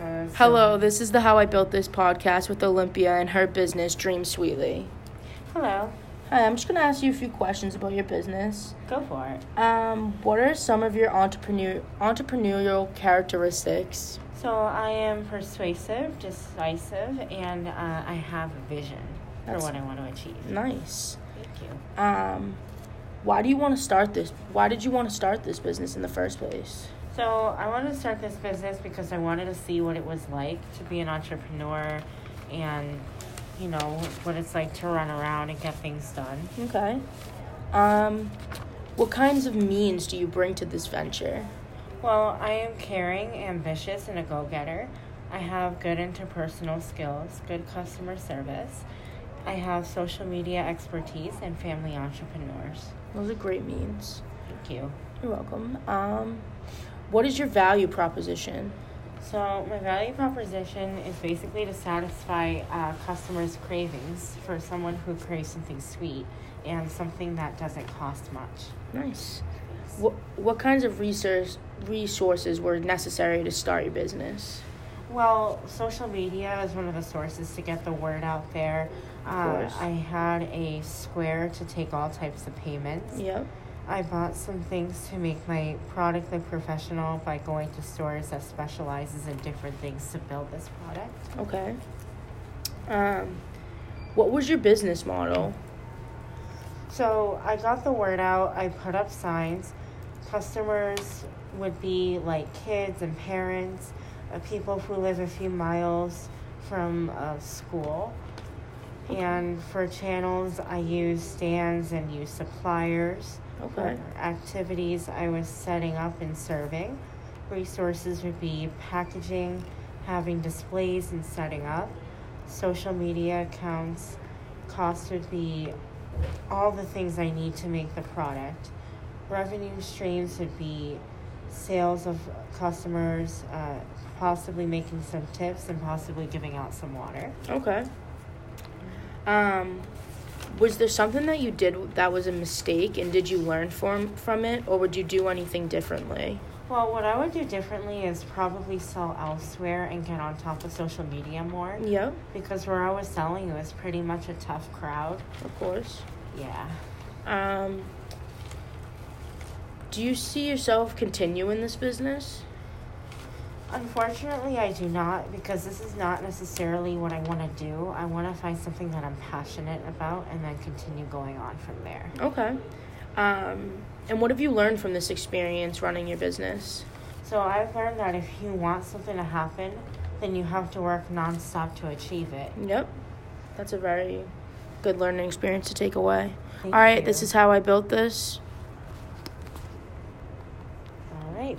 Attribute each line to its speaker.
Speaker 1: Uh,
Speaker 2: Hello, this is the How I Built This podcast with Olympia and her business, Dream Sweetly.
Speaker 1: Hello.
Speaker 2: Hi, I'm just going to ask you a few questions about your business.
Speaker 1: Go for it.
Speaker 2: Um, what are some of your entrepreneur entrepreneurial characteristics?
Speaker 1: So I am persuasive, decisive, and uh, I have a vision
Speaker 2: That's-
Speaker 1: for what I want to achieve.
Speaker 2: Nice.
Speaker 1: Thank you.
Speaker 2: Um, why do you want to start this? Why did you want to start this business in the first place?
Speaker 1: So I wanted to start this business because I wanted to see what it was like to be an entrepreneur, and you know what it's like to run around and get things done.
Speaker 2: Okay. Um, what kinds of means do you bring to this venture?
Speaker 1: Well, I am caring, ambitious, and a go getter. I have good interpersonal skills, good customer service. I have social media expertise and family entrepreneurs.
Speaker 2: Those are great means.
Speaker 1: Thank you.
Speaker 2: You're welcome. Um, what is your value proposition?
Speaker 1: So, my value proposition is basically to satisfy uh, customers' cravings for someone who craves something sweet and something that doesn't cost much.
Speaker 2: Nice. What what kinds of research resources were necessary to start your business?
Speaker 1: Well, social media is one of the sources to get the word out there. Uh,
Speaker 2: course.
Speaker 1: I had a square to take all types of payments.
Speaker 2: Yep.
Speaker 1: I bought some things to make my product look professional by going to stores that specializes in different things to build this product.
Speaker 2: Okay. Um, what was your business model?
Speaker 1: So I got the word out. I put up signs. Customers would be like kids and parents, uh, people who live a few miles from uh, school. And for channels, I use stands and use suppliers.
Speaker 2: Okay.
Speaker 1: For activities I was setting up and serving, resources would be packaging, having displays and setting up, social media accounts, cost would be all the things I need to make the product. Revenue streams would be sales of customers, uh, possibly making some tips and possibly giving out some water.
Speaker 2: Okay. Um, was there something that you did that was a mistake, and did you learn from from it, or would you do anything differently?
Speaker 1: Well, what I would do differently is probably sell elsewhere and get on top of social media more.
Speaker 2: Yep.
Speaker 1: Because where I was selling, it was pretty much a tough crowd.
Speaker 2: Of course.
Speaker 1: Yeah.
Speaker 2: Um, do you see yourself continue in this business?
Speaker 1: Unfortunately, I do not because this is not necessarily what I want to do. I want to find something that I'm passionate about and then continue going on from there.
Speaker 2: Okay. Um, and what have you learned from this experience running your business?
Speaker 1: So I've learned that if you want something to happen, then you have to work nonstop to achieve it.
Speaker 2: Yep. That's a very good learning experience to take away.
Speaker 1: Thank
Speaker 2: All right,
Speaker 1: you.
Speaker 2: this is how I built this.
Speaker 1: All right.